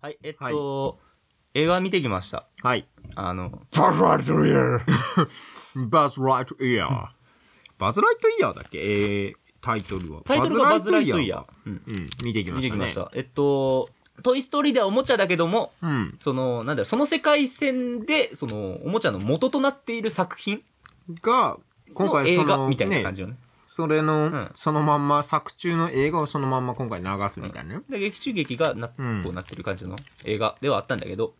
はい、えっと、映画見てきました。はい。あの、バズ・ライトイヤ ー。バズ・ライトイヤー。バズ・ライトイヤーだっけえー、タイトルは。タイトルがバズ・ライトイヤー。ー。うんうん、見てきま見してたきね。ました。えっと、トイ・ストーリーではおもちゃだけども、うん。その、なんだろう、その世界線で、その、おもちゃの元となっている作品が、今の回映そ画の、みたいな感ね、じよね。それの、んそのまんま、作中の映画をそのまんま今回流すみたいなね。で劇中劇がな、うんこうなってる感じの映画ではあったんだけど、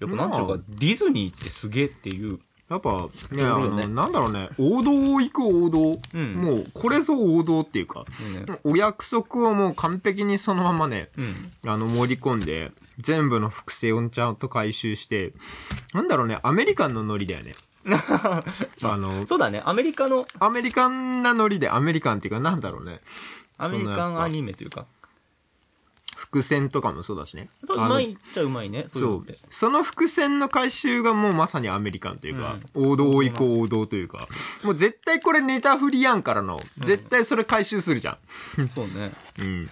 やっぱまあなんちゅうか、ディズニーってすげえっていう、やっぱ、ね、あなるほどの、ねなんだろうね、王道を行く王道。うんもう、これぞ王道っていうか、ねお約束をもう完璧にそのままね、うん、あの、盛り込んで、全部の複製をちゃんと回収して、なんだろうね、アメリカンのノリ だよね。あの、そうだね、アメリカの、アメリカンなノリで、アメリカンっていうか、なんだろうね、アメリカそんなやっンぱアニメというか、伏線とかもそうだしね。やっぱうまあのいっちゃうまいね、そういうそのっうて。その伏線の回収がもうまさにアメリカンというか、王道を行こう王道というかもう絶対これネタフリやんからの絶対それ回収するじゃん、そうね。うん、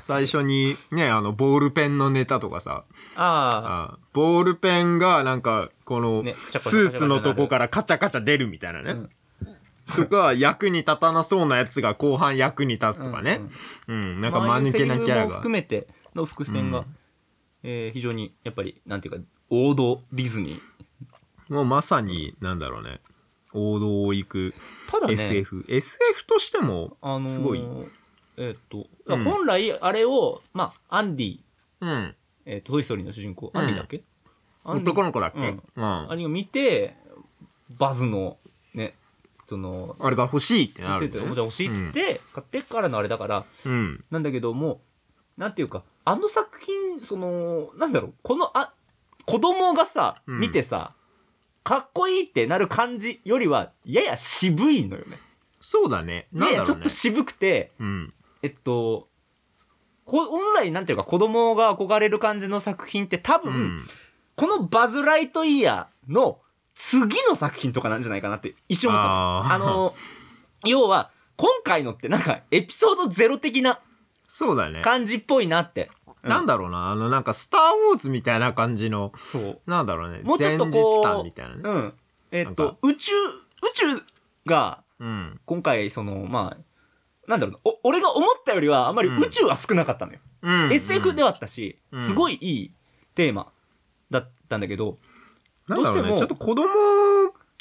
最初にねあのボールペンのネタとかさああボールペンがなんかこのねカチャカチャスーツのとこからカチャカチャ出るみたいなあ、うねん、とか役に立たなそうなやつが後半役に立つとかねうんなんか間抜けなキャラああいうセリフもが含めての伏線が、うんえー非常に、やっぱり、なんていうか、王道ディズニー。もうまさになんだろうね王道を行くただね、 SF、SF としても、あのーすごい。えーっと、うん本来、あれを、まあ、アンディ、うん、えーっと、トイ・ストーリーの主人公、アンディだっけ、アンディ男の子だっけ、ううんんアあンディを見て、バズの、ね、その、れが欲しいってなつるいんてだるよおもね、ちゃ欲しいっつって、買ってからのあれだから、うんなんだけども、なんていうか、あの作品、その、なんだろう、この、あ、子供がさ、うん見てさ、かっこいいってなる感じよりは、やや渋いのよね。そうだねなんやだやちろょっうねと渋くて、うんえっと、こ本来なんていうか子供が憧れる感じの作品って多う分、ん、このバズ・ライトイヤーの次の作品とかなんじゃないかなって一瞬思ったの。あーあの、要は、今回のってなんかエピソードゼロ的なそうだね、感じっぽいなって。なんだだろうなあのなんか「スター・ウォーズ」みたいな感じのそう。なんだろうねもうちょっ前とこう日談みたいなねうん。えっなんとか、宇宙、宇宙が、うん今回、その、まあ、なんだろうな、お俺が思ったよりは、あんまりうん宇宙は少なかったのよ。うん SF でははあったし、うんすごいいいテーマだったんだけど、なんだろうねどうしてもちょっと子供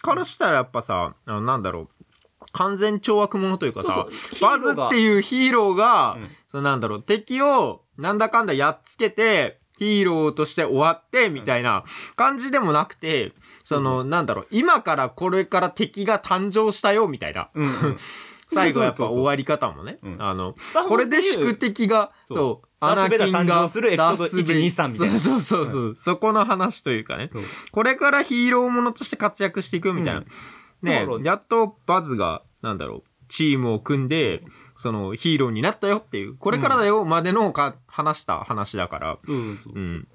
からしたらやっぱさあのなんだろう完全懲悪者というかさそうそうバズっていうヒーローが、うんそのなんだろう、敵をなんだかんだやっつけて、ヒーローとして終わって、みたいな感じでもなくて、その、なんだろう、今からこれから敵が誕生したよ、みたいな。うんうん、 最後やっそうそぱうそう終わり方もね。うんあの、スターウォーズこれで宿敵が、そうそう、ダースベイダー誕生するエピソードダスベイ123みたいなそうそうそうそう、そこの話というかね。そうこれからヒーローものとして活躍していくみたいな。うんだねからやっとバズが、なんだろう、チームを組んで、そのヒーローになったよっていう、これからだよまでのか、話した話だから、。うんそううん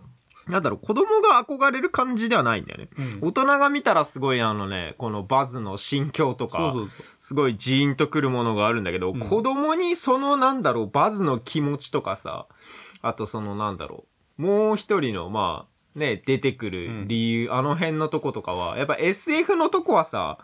なんだろう、子供が憧れる感じではないんだよね。うん大人が見たらすごいあのね、このバズの心境とか、そうそうすごいジーンとくるものがあるんだけど、うん子供にそのなんだろう、バズの気持ちとかさ、あとそのなんだろう、もう一人の、まあ、ね、出てくる理由、あの辺のとことかは、やっぱ SF のとこはさ、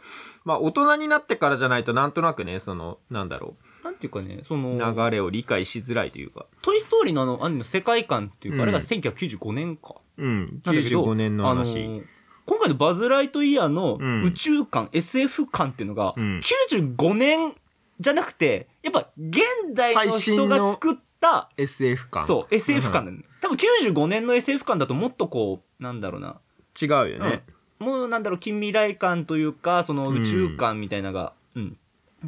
まあ大人になってからじゃないとなんとなくね、その、なんだろ、そうなんていうかねそうの流れを理解しづらいというか、 「トイ・ストーリー」のあのアニメの世界観っていうか、うんあれが1995年かうん、なんだけど95年の話。あのー今回の「バズ・ライトイヤー」のうん宇宙観、SF 観っていうのが、うん95年じゃなくてやっぱ現代の最新人のが作った SF 感。そう SF 感なんだ、多分95年の SF 感だともっとこうなんだろうな違うよね。もうなんだろう近未来感というかその宇宙感みたいなのが、うん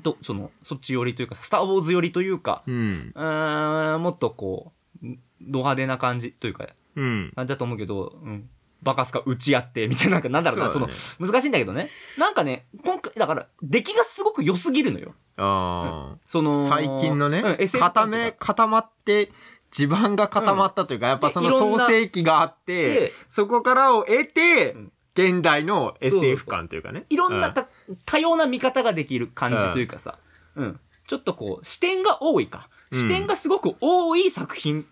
とそのそっち寄りというか「スター・ウォーズ」寄りというかうん。うーんもっとこうんド派手な感じというかうん。感じだと思うけど、うん、バカすか打ち合ってみたいななんかなんだろうなそそうだねの難しいんだけどねなんかね今回だから出来がすごく良すぎるのよああ。その最近のね、うん SF 感とか固め固まって地盤が固まったというか、やっぱそのでいろんな創世記があってでそこからを得て、うん現代のそうそう SF 感というかねいろんなた、多様な見方ができる感じというかさ、うん。ちょっとこう、視点が多いか。うん視点がすごく多い作品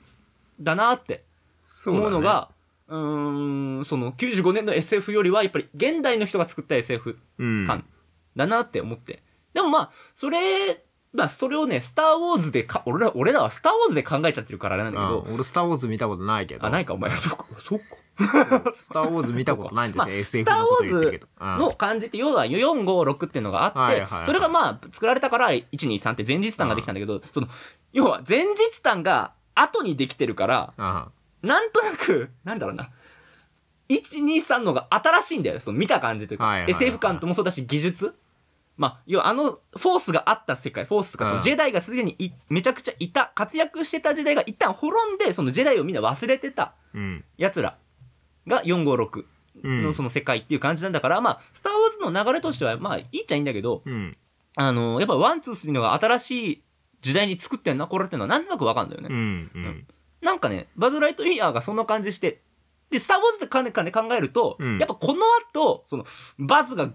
だなってそうだね思うのがう,、ーんその95年の SF よりはやっぱり現代の人が作った SF うん感だなって思って。でもまあ、それ、まあ、それをね、スターウォーズでか、俺ら、俺らはスターウォーズで考えちゃってるからあれなんだけど、うん俺、スター・ウォーズ見たことないけど。あ、ないか、お前。 そうか、そうか。スター・ ウォーズ見たことないんですよ、まあ SF のこと言ってるけど。の感じって、要は4、5、6っていうのがあって、はいはいはいそれがまあ、作られたから、1、2、3って前日談ができたんだけど、その、要は前日談が後にできてるから、うんうんなんとなく、なんだろうな。123のが新しいんだよ。その見た感じというか、はいはいはい SF 感ともそうだし、技術。まあ、要はあの、フォースがあった世界、フォースとか、そうんのジェダイがすでにいめちゃくちゃいた、活躍してた時代が一旦滅んで、そのジェダイをみんな忘れてたうん。奴らが456うん。のその世界っていう感じなんだから、まあ、スター・ウォーズの流れとしては、まあ、いいっちゃいいんだけど、うん。あの、やっぱワン、ツー、スリーのが新しい時代に作ってんな、これってのはなんとなくわかるんだよねう。ん。うん。なんかね、バズ・ライトイヤーがそんな感じして、で、スター・ウォーズってかねかね考えると、うんやっぱこの後、その、バズが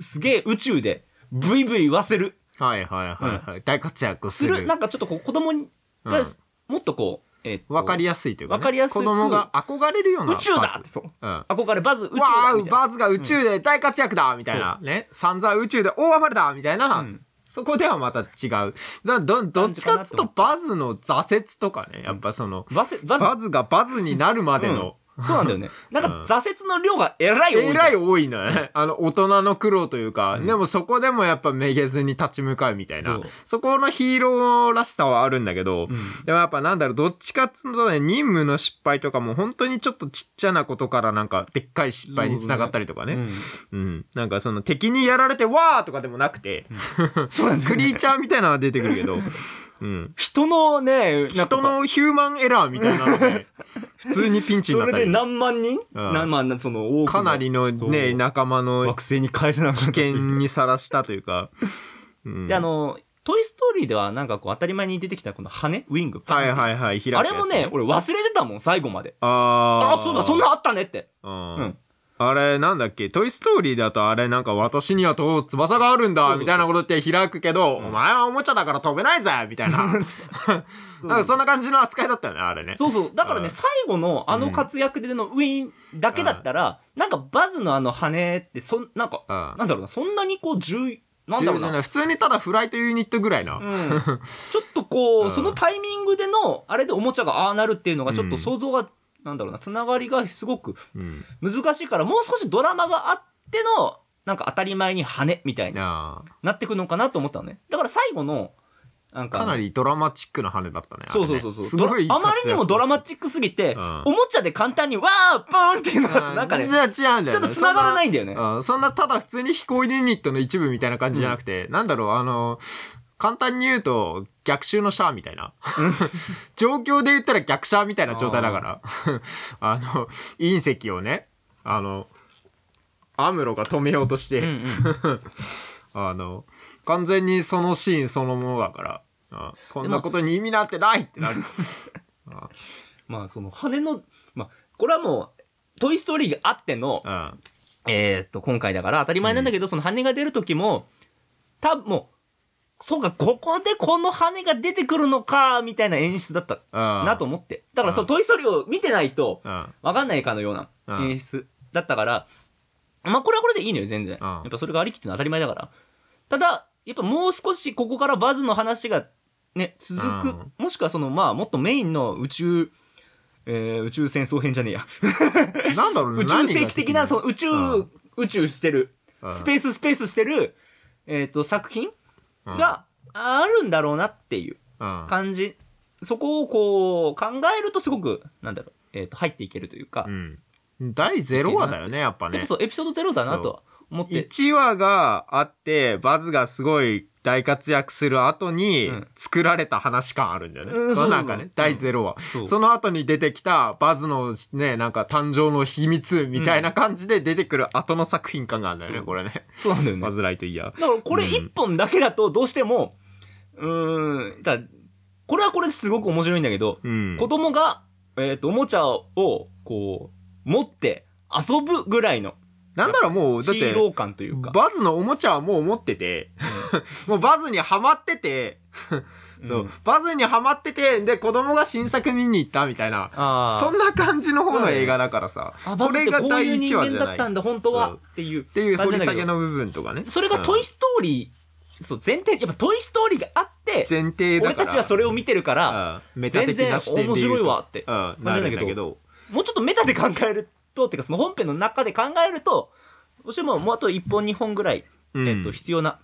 すげえ宇宙で、ブイブイ言わせる、はいはいはいはい。大活躍すする、る。なんかちょっとこう子供にうんが、もっとこう、えーっとわかりやすいというかね。わかりやすく子供が憧れるような。宇宙だって、そう。バズうん。憧れ、バズ、宇宙わだーみうたいな。バズが宇宙で大活躍だみたいな。ね。散々宇宙で大暴れだみたいな。うんそこではまた違う。だど、どっちかっつうとバズの挫折とかね。やっぱその、バズ、バズ、バズがバズになるまでの、そうなんだよね。なんうんか挫折の量がえらい多いじゃん。えらい多いのね。 あの、大人の苦労というか、うんでもそこでもやっぱめげずに立ち向かうみたいな。そそうこのヒーローらしさはあるんだけど、うんでもやっぱなんだろう、どっちかっつうとね、任務の失敗とかも本当にちょっとちっちゃなことからなんか、でっかい失敗につながったりとかね。うんうん。なんかその敵にやられてわーとかでもなくて、そうなんだよクねリーチャーみたいなのは出てくるけ ど、うん。人のね、なんか人のヒューマンエラーみたいなので、普通にピンチにそなっれたでり。何万人うん何万、その、多くのかなりのね、人を仲間の惑星に返せなくなったって危いう険にさらしたというか、うんで、あ、の、トイ・ストーリーではなんかこう当たり前に出てきたこの羽ウィング。。はいはいいはい、開くやあつれもね、、俺忘れてたもん、最後まで。ああーあ、そうだ、そんなあったね って。ううんん。あれ、なんだっけ、トイストーリーだとあれ、なんか私にはと翼があるんそうだ、そうみたいなことって開くけど、お前はおもちゃだから飛べないぜ、みたい な。なんかそんな感じの扱いだったよね、あれね。そうそう。だからうね、ん最後のあの活躍でのウィンだけだったら、なんかバズのあの羽って、そん、なんか、うん。なんだろうな、そんなにこう重い、なんだろう重要じゃなな。い普通にただフライトユニットぐらいな。 うん、ちょっとこう、うんそのタイミングでのあれでおもちゃがああなるっていうのがちょっとうん想像が、なんだろうなつながりがすごくうん。難しいからもう少しドラマがあってのなんか当たり前に羽みたいなななってくのかなと思ったのね。だから最後の、なんあか。かな。りドラマチックな羽だったね。そうそうそうそう。あれねすごいドラあまりにもドラマチチックすぎて、うんおもちゃで簡単にわーブーンっていうのが、なんかね、ちじゃあ違うんだよね。ょっと繋がらないいんだよね。うん、そんなただ普通に飛行ユニットの一部みたいな感じじゃなくて、なんだろう、あの、簡単に言うと、逆襲のシャアみたいな。 状況で言ったら逆シャアみたいな状態 だから。あの、隕石をね、あの、アムロが止めようとして、うんうんあの、完全にそのシーンそのものだから、あこんなことに意味なんてないってなる。まあ、その羽の、まあ、これはもう、トイストーリーがあっての、うん。えーっと、今回だから当たり前なんだけど、その羽が出る時も、多分もう、そうか、ここでこの羽が出てくるのか、みたいな演出だったななと思って。だから、そうのんトイストーリーを見てないと、うん。うん。わかんないかのようなうん演出だったから、まあこれはこれでいいのよ、全然。うんやっぱそれがありきってのは当たり前だから。ただ、やっぱもう少しここからバズの話がね、続うくん、もしくはその、まあもっとメインの宇宙、えー宇宙戦争編じゃねえや。なんだろう ね宇宙世紀的な、その宇宙、うん宇宙してる、のスペーススペースしてる、えっ、と、作品ー、があるんだろうなっていううん、感じ。そこをこう、考えるとすごく、なんだろう、えっ、と、入っていけるというか、うん。第0話だよね、やっぱでもね。そう、エピソード0だなとは思って。 1話があって、バズがすごい大活躍する後にうん作られた話感あるんだよね。うんまあそうなんかね、第0話。そうその後に出てきたバズのね、なんか誕生の秘密みたいな感じで出てくる後の作品感があるんだよね、うんこれね。そうなんだよね。バだかズライトイヤー。らこれうん1本だけだとどうしても、うーん、だからこれはこれですごく面白いんだけど、うん。子供が、えっ、と、おもちゃを、こう、持って遊ぶぐらいのなんならもう、ヒだってー、ロー感というか。バズのおもちゃはもう持ってて、もうバズにはまってて、そううんバズにハマっててで子供が新作見に行ったみたいなあそんな感じの方の映画だからさ、あこれが第1話バズってこういうじ人ゃ間なだいっったんだ本当は、うんっていうていう掘感じりなんだ下けげどの部分とかねそれが「トイ・ストーリー」そう前提やっぱ「トイ・ストーリー」があってうん前提だ俺からたちはそれを見てるから、うん、メタ的な視点全然で言うと面白いわってうん、じななんだけるんどだけどもうちょっとメタで考えるとっていうかその本編の中で考えるとどうしてももうあと1本2本ぐらい、うんえっと、必要な。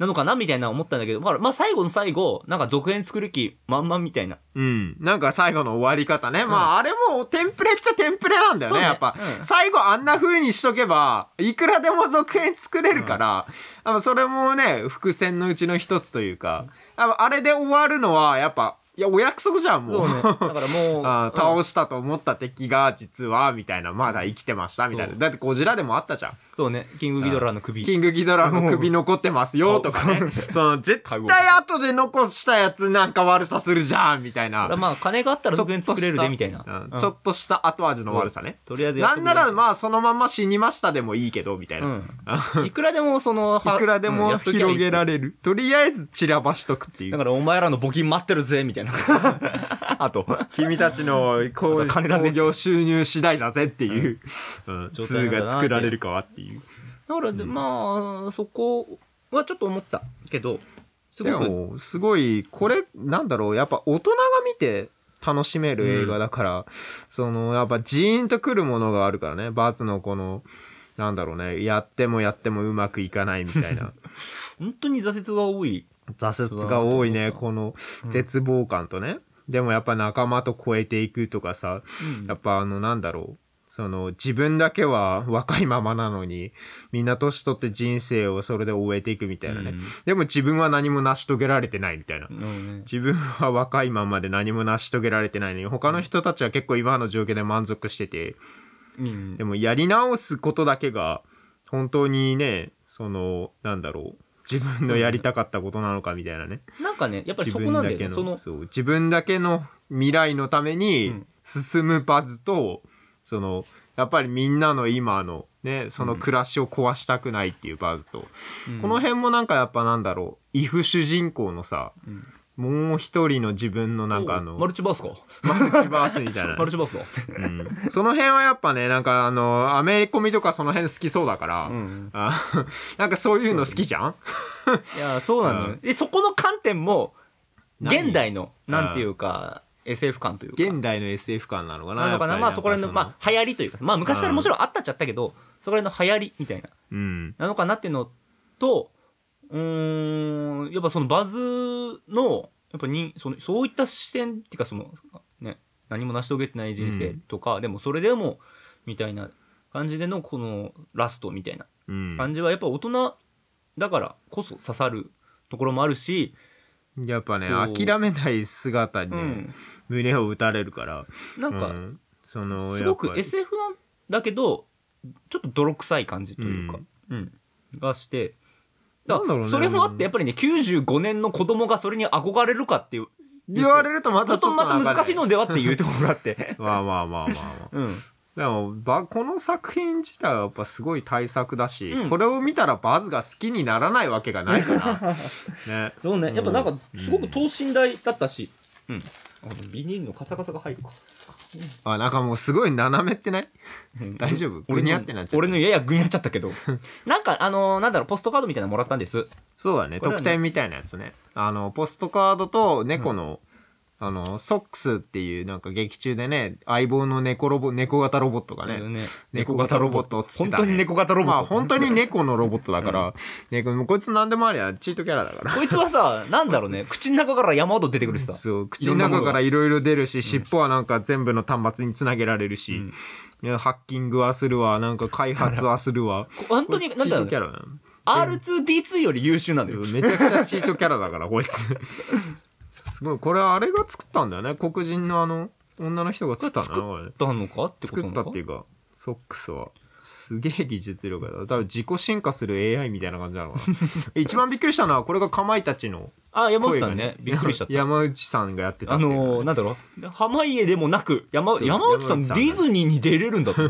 なのかなみたいな思ったんだけど、まあ、まあ、最後の最後、なんか続編作る気満々みたいな。うん。なんか最後の終わり方ね。まあ、あれもテンプレっちゃテンプレなんだよそうね、ねやっぱ。うん最後あんな風にしとけば、いくらでも続編作れるから、あのそれもね、伏線のうちの一つというか、あのあれで終わるのは、やっぱ、いや、お約束じゃん、そもう。うね。だからもう。 あーうん倒したと思った敵が実はみたいなまだ生きてましたみたいなそうだってゴジラでもあったじゃんそうね。キングギドラの首。キングギドラの首残ってますよとかねうんその絶対後で残したやつなんか悪さするじゃんみたいなまあ、金があったら続編作れるで、みたいちょっなとしたうん。ちょっとした後味の悪さね。とりあえずやなっとんくなれら、まあ、そのまま死にましたでもいいけど、みたいな。うん。いくらでも、その、いくらでうんやもっときゃいい広げられる。とりあえず散らばしとくっていだう。から、お前らの募金待ってるぜ、みた いな。あと、君たちのこあうと金だぜ興行収入次第だぜっていう、うん、状通態なんだなってが作られるかはっていう。だから、でまあ、そこはちょっと思ったけど、すごでく、も、すごい、これ、なんだろう、やっぱ大人が見て楽しめる映画だから、その、やっぱジーンとくるものがあるからね、バーツのこの、なんだろうね、やってもやってもうまくいかないみたいな。本当に挫折が多い。挫折が多いね、そうこのうん絶望感とね。でもやっぱ仲間と超えていくとかさ、やっぱあのなんだろう。その自分だけは若いままなのに、みんな年取って人生をそれで終えていくみたいなね。うんでも自分は何も成し遂げられてないみたいな。うんね自分は若いままで何も成し遂げられてないのに、他の人たちは結構今の状況で満足してて、うんでもやり直すことだけが本当にねそのなんだろう自分のやりたかったことなのかみたいなねなんかね、やっぱり自そこ分なんだだよけね。そのの、そう自分だけの未来のためうにん進むバズと、そのやっぱりみんなの今のねその暮らしを壊したくないっていうバズと、こ辺、の辺もなんかやっぱなんだろうイフ主人公のさうんもう一人の自分のなんかあおのうマルチバースか。マルチバースみたいなね、マルチバースだ。うんその辺はやっぱねなんかあのアメリコミとかその辺好きそうだから、うんあなんかそういうの好きじゃんいや、そうなのうよ。で、そこの観点も、何現代の、なんていうか、SF 感というか。現代の SF 感なのかななのかなまあそこら辺の、まあ、あ流行りというか、まあ昔からもちろんあったっちゃったけど、そこら辺の流行りみたいな、うん、なのかなっていうのと、うーん、やっぱそのバズの、やっぱに、その、そういった視点っていうかその、ね、何も成し遂げてない人生とか、でもそれでも、みたいな感じでのこのラストみたいなうん感じはやっぱ大人だからこそ刺さるところもあるし、やっぱねこう諦めない姿にうね、ん、胸を打たれるからなんか、うんそのすごやっくぱ SF なんだけどちょっと泥臭い感じというか、うんがしてだなんだろうねそれもあってやっぱりね95年の子供がそれに憧れるかっていう 言われるとまちょたっちとょっとまた難しいなんかねのではっていうところがあ って、まあまあまあまあまあうん、でもばこの作品自体はやっぱすごい大作だし、うんこれを見たらバズが好きにならないわけがない からねそうねやっぱなんかすごく等身大だったし、うんビニールのカサカサが入るかあなんかもうすごい斜めってない大丈夫俺ぐにゃのってなっちゃった俺のややぐにゃっちゃったけ どなんかあのーなんだろうポストカードみたいなのもらったんですそうだねこれはね特典みたいなやつねあのポストカードと猫の、あのソックスっていうなんか劇中でね相棒の猫ロボ猫型ロボットがね、ね猫型ロボットっつって本たね当に猫型ロボットまあ本当に猫のロボットだから、猫もうこいつ何でもありゃチートキャラだからこいつはさ、なんだろうね、口の中から山ほど出てくるしさ。そう口の中からいろいろ出るし尻尾はなんか全部の端末につなげられるうしん、いやハッキングはするわなんか開発はするわこ本当に、こいなつんチだーろうトキャね、ラなの R2D2 より優秀なんだよ。めちゃくちゃチートキャラだから、こ いつ。すごい、これあれが作ったんだよね。黒人のあの、女の人が作ったんだな、これ。だのかってこと作なっのたかっていうか、ソックスは。すげえ技術力だ。多分自己進化する AI みたいな感じなのか な。一番びっくりしたのは、これがかまいたちのあ、山内声さがんね。びっくりしちゃった。山内さんがやってたあっていうかのー、なんだろう濱家でもなく、山、そう山内さん山内さんディズニーに出れる んだと。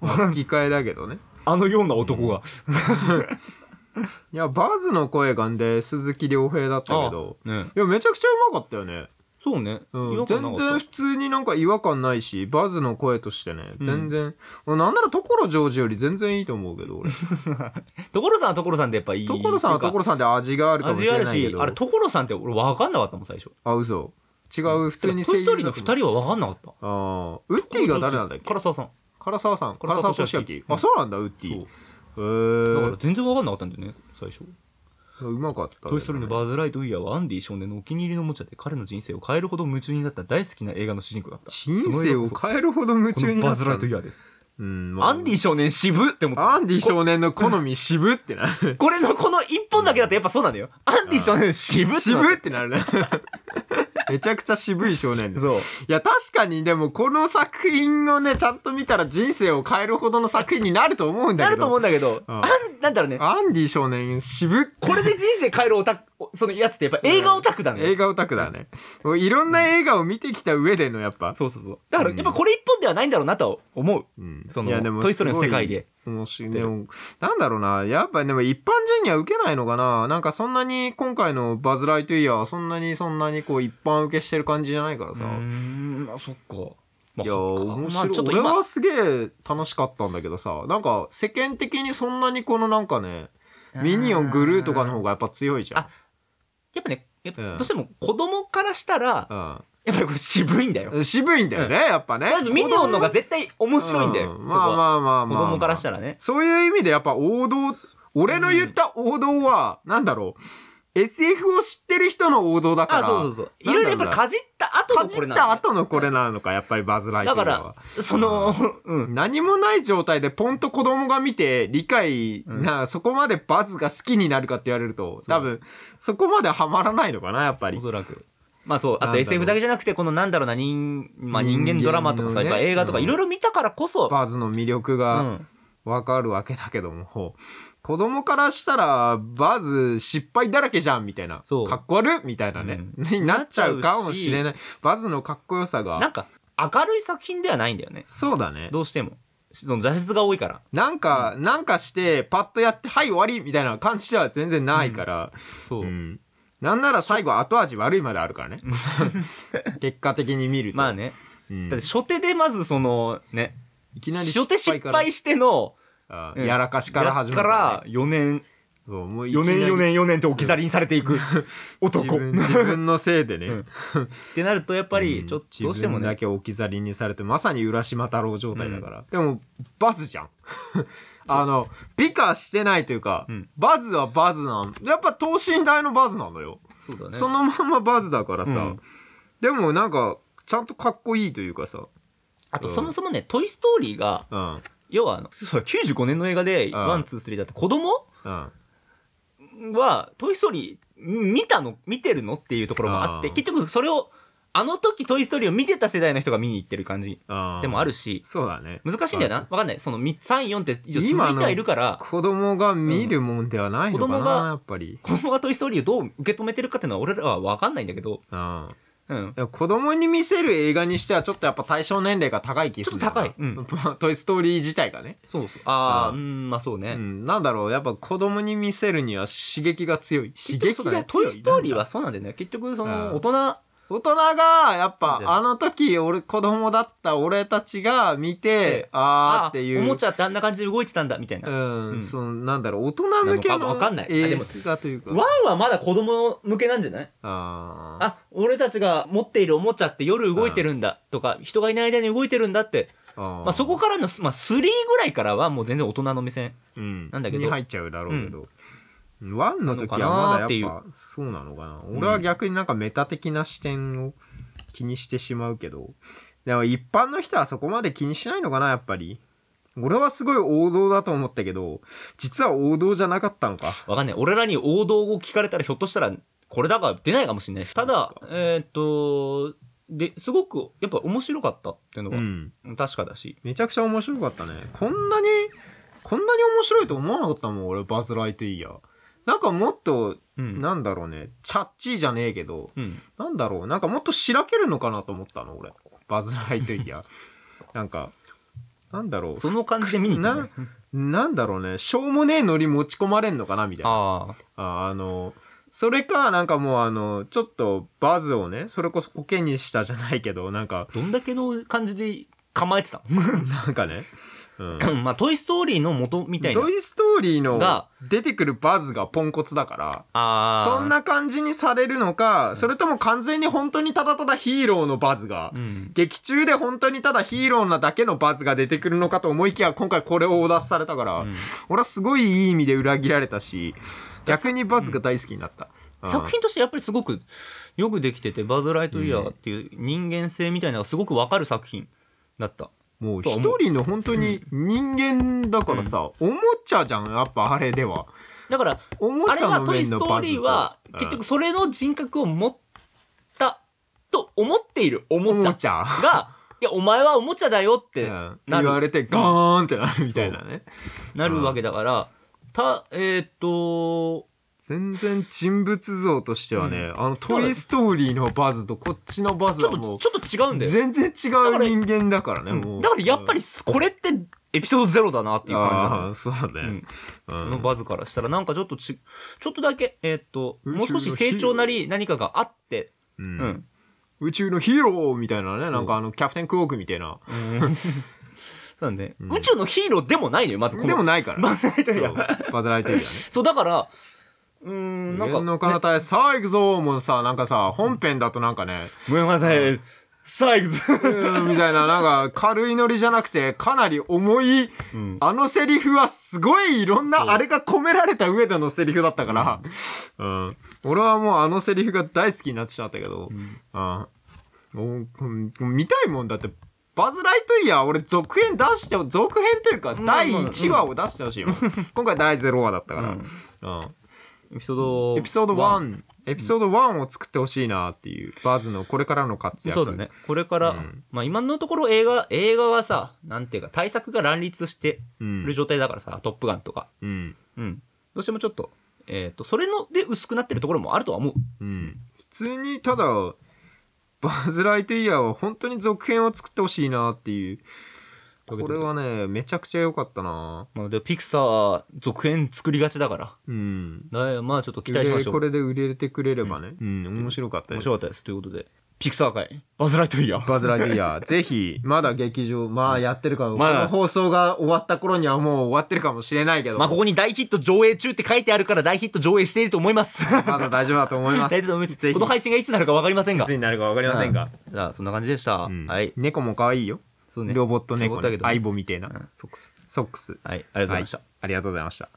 まあ吹き替えだけどね。あのような男が。いや、バズの声がんで鈴木亮平だったけど、ねいや、めちゃくちゃうまかったよね。そうね、う違ん、和感な全か然っ普通になんか違和感ないし、バズの声としてね、全然、なんなら所ジョージより全然いいと思うけど、俺。た所さんは所さんでやっぱいい所さんはっていうか所さんで味があるかもし味あれるないけしど。あれ所さんって俺分かんなかったもん最初あ、嘘。違う、普通にトイ・ストーリーだのと二思う人は分かんなかったああ、ウッディが誰なんだっけ唐沢さん唐沢さん。唐唐沢寿沢俊明明。あ、そうなんだ、ウッディ。へそえうだからー。全然分かんなかったんだよね最初うまかったけどね。トイ・ストーリーのバズ・ライトイヤーはアンディ少年のお気に入りのおもちゃで彼の人生を変えるほど夢中になった大好きな映画の主人公だった人生を変えるほど夢その中映に画こそのバなったズ・のライトイヤーですうん、まあアンディ少年渋って思ったアンディ少年の好み渋ってなる。これのこの一本だけだとやっぱそうなんだよアンディ少年渋ってな渋っってなるね。めちゃくちゃ渋い少年たです。そういや、確かにでもこの作品をね、ちゃんと見たら人生を変えるほどの作品になると思うんだなけど。ると思うんだけどうあんんなんだろうねアンディ少年渋ってこれで人生変えるオタクそのやつってやっぱ映画オタクだね映画オタクだね。もういろんな映画を見てきた上でのやっぱ。そうそうそう。だから、やっぱこれ一本ではないんだろうなとは思う。うんそいやでの、もトイ・ストーリーの世界で。すごい面白いでもなんだろうなやっぱでも一般人には受けないのかななんかそんなに今回の「バズ・ライトイヤー」はそんなにそんなにこう一般受けしてる感じじゃないからさ、ん、あ、そっか。まあいや面白い、まあちょっと俺今、はすげえ楽しかったんだけどさなんか世間的にそんなにこのなんかねミニオングルーとかの方がやっぱ強いじゃんあやっぱね、やっぱうんどうしても子供からしたら、うんやっぱりこれ渋いんだよ。渋いんだよね、やっぱねだってミニオンの方が絶絶対面白いんだよ。まああ。まあまあ子まあ、供からしたらね。そういう意味でやっぱ王道、俺の言った王道は、なんだろう、SF を知ってる人の王道だかあ、ら、そうそうそう。いなんろだろうなろいやっぱかじった後かのじこれっなんだたよ後のこれなのか、やっぱりバズ・ライトイヤーだは。その、うん。何もない状態でポンと子供が見て理解、うんなそこまでバズが好きになるかって言われるとう多分そこまではまらないのかなやっぱりおそらく。まあそう、あとなんだろう SF だけじゃなくて、このなんだろうな、人、まあ人間ドラマとかさ、人や間のねっぱ映画とかうんいろいろ見たからこそ、バズの魅力うがん。わかるわけだけども、子供からしたらバズ失敗だらけじゃんみたいなそうかっこ悪っみたいなね、に なっちゃうかもしれないバズのかっこよさなんがか、明るい作品ではないんだよね。そうだねどうしても。その挫折が多いから。なんか、なんかしてパッとやってはい終わりみたいな感じでは全然ないから、そうう。んなんなら最後後味悪いまであ るからね結果的に見ると、まあね。うんだって初手でまずその、ね、いきなり初失手敗失から敗しての、あうんやらかしから始まやるっからから4年、そうもういきな4り年4年4年って置き去りにされてい く男。自分自分のせいでね、うんってなるとやっぱうり、んちょっとどうしても自分だね、け置き去りにされてまさに浦島太郎状態だから、でもバズじゃん あの美化してないというか、うんバズはバズなんやっぱ等身大のバズなのよ、そうだね。そのまんまバズだからさ、うんでもなんかちゃんとかっこいいというかさ、あとうんそもそもね、トイストーリーが、うんうん、要はあの、そう95年の映画で、んワン、ツー、スリーだって子供あは、トイストーリー見たの、見てるのっていうところもあって、あー結局それを、あの時トイストーリーを見てた世代の人が見に行ってる感じーでもあるし、そうだね難しいんだよな。わかんない。そのみ3、4って以上今続いのてはいるから、子供が見るもんではないのかな、うん子供がやっぱり、子供がトイ・ストーリーをどう受け止めてるかっていうのは俺らはわかんないんだけど、うん、うん。でも子供に見せる映画にしてはちょっとやっぱ対象年齢が高い気がするんだよなちょっと「 トイ・ストーリー」自体がねそうそう。ああ、う、うんまあそうね。うん、なんだろうやっぱ子供に見せるには刺激が強い刺激そうだねがト強いイ・ストーリーなんはだそうなんだよね。結局、そうの、ん大人、大人がやっそうぱだよあの時俺子供だった俺たちが見てああーっていうおもちゃってあんな感じで動いてたんだ、みたいな。うワンん、うんそのなんだろう大人向けなのかのわかんないあで映も画というかはまだ子供向けなんじゃないあーあ、俺たちが持っているおもちゃって夜動いてるんだとか、人がいない間に動いてるんだって、あーまあそこからの、まあ3ぐらいからはもう全然大人の目線。うんなんだけどに入っちゃうだろうけど、ワンの時はまだやっぱそうなのかな俺は逆になんかメタ的な視点を気にしてしまうけどでも一般の人はそこまで気にしないのかなやっぱり俺はすごい王道だと思ったけど実は王道じゃなかったのかわかんない。俺らに王道を聞かれたら、ひょっとしたら、これだが出ないかもしれないし。ただ、えーっと、で、すごく、やっぱ面白かったっていうのうは、ん確かだし。めちゃくちゃ面白かったねこんなにこんなに面白いと思わなかったもん俺バズ・ライトイヤーなんかもっと、うん。なんだろうねチャッチーじゃねえけどうん。なんだろう なんかもっとしらけるのかなと思ったの俺バズ・ライトイヤーなんかなんだろ その感じで見に行った、ね、う。なんだろうね。しょうもねえノリ持ち込まれんのかなみたいな。あああの、それか、なんかもうあの、ちょっとバズをね、それこそコケにしたじゃないけど、なんかあ、どんだけの感じで構えてたなんかね、 うん。のまあ「トイ・ストーリー」の元みたいなトイストーリーのが出てくるバズがポンコツだかあら、ーそんな感じにされるのか、それとも完全に本当にただただヒーローのバズがう、ん劇中で本当にただヒーローなだけのバズが出てくるのかと思いきや、今回これをオーダーされたから、うん俺はすごいいい意味で裏切られたし、逆にバズが大好きになった。うん作品としてやっぱりすごくよくできててバズ・ライトイヤーっていう人間性みたいなのがすごくわかる作品だったもう一人の本当に人間だからさ、おもちゃじゃん、やっぱあれでは。だからおもあちれゃは「のトイ・面スのトバーズリとー」はうん結局それの人格を持ったと思っているおおもちもゃちゃ。が「いやお前はおもちゃだよ」っうてんな言わるれてガーンってなるみたいなね。なるわけだからたえーっと全然人物像としてはね、あのトイストーリーのバズとこっちのバズちょはっもとうちょっと違うんだよ全然違う人間だからね、うんもう。だからやっぱりこれってエピソードゼロだなっていう感じだねああ、そうだね。ううんんのバズからしたらなんかちょっとちちょっとだけえーっと宇宙もう少し成長なり何かがあってううんん、宇宙のヒーローみたいなね、なんかあの、キャプテンクォークみたいな。 なんで、うん宇宙のヒーローでもないのよまずこのでもないからね。バズ・ライトイそヤうーバズ・ライトイヤーね。そうだからうーん なん無か限の彼方へさあ行くぞもうさ、なんかさ、本編だとなんかね、無限の彼方へさあ行くぞうーんみたいな、なんか軽いノリじゃなくて、かなり重い、うんあのセリフはすごいいろんそうなあれが込められた上でのセリフだったから、うん。俺はもうあのセリフが大好きになっちゃったけど、うん。もううん見たいもんだって、バズ・ライトイヤー俺続編出して、続編というかうん第1話を出してほしいもん。今回第0話だったうかんら。うん。エピソードエピソード1、エピソード1を作ってほしいなっていう、バズのこれからの活躍。そうだ。ねこれから、うんまあ今のところ映画映画はさなんていうか対策が乱立してうるん。状態だからさ、トップガンとかうん。うんどうしてもちょっとえっ、とそれので薄くなってるところもあるとは思ううん。普通に、ただ、バズ・ライトイヤーは本当に続編を作ってほしいなっていう。これはね、めちゃくちゃ良かったなまあ、でピクサー続編作りがちだからうん。だいまあちょっと期待しましょうこれで売れてくれればね。うん、面白かったで面す。白かったですということでピクサー界バズ・ライトイヤーバズ・ライトイヤー、 ぜひ、まだ劇場、まあやってるか、まだこの放送が終わった頃にはもう終わってるかもしれないけど、まあここに大ヒット上映中って書いてあるから大ヒット上映していると思いますまだ大丈夫だと思います。 大丈夫だと思います ぜこひの、配信がいつになるか分かりませんいがつになるかわかりませんが。じゃあそんな感じでした、うんはい猫も可愛いよ。そうねロボット猫、ロボットだけねど。ね相棒みたいな。うんソックスソックス。はいありがとうございました、はいありがとうございました。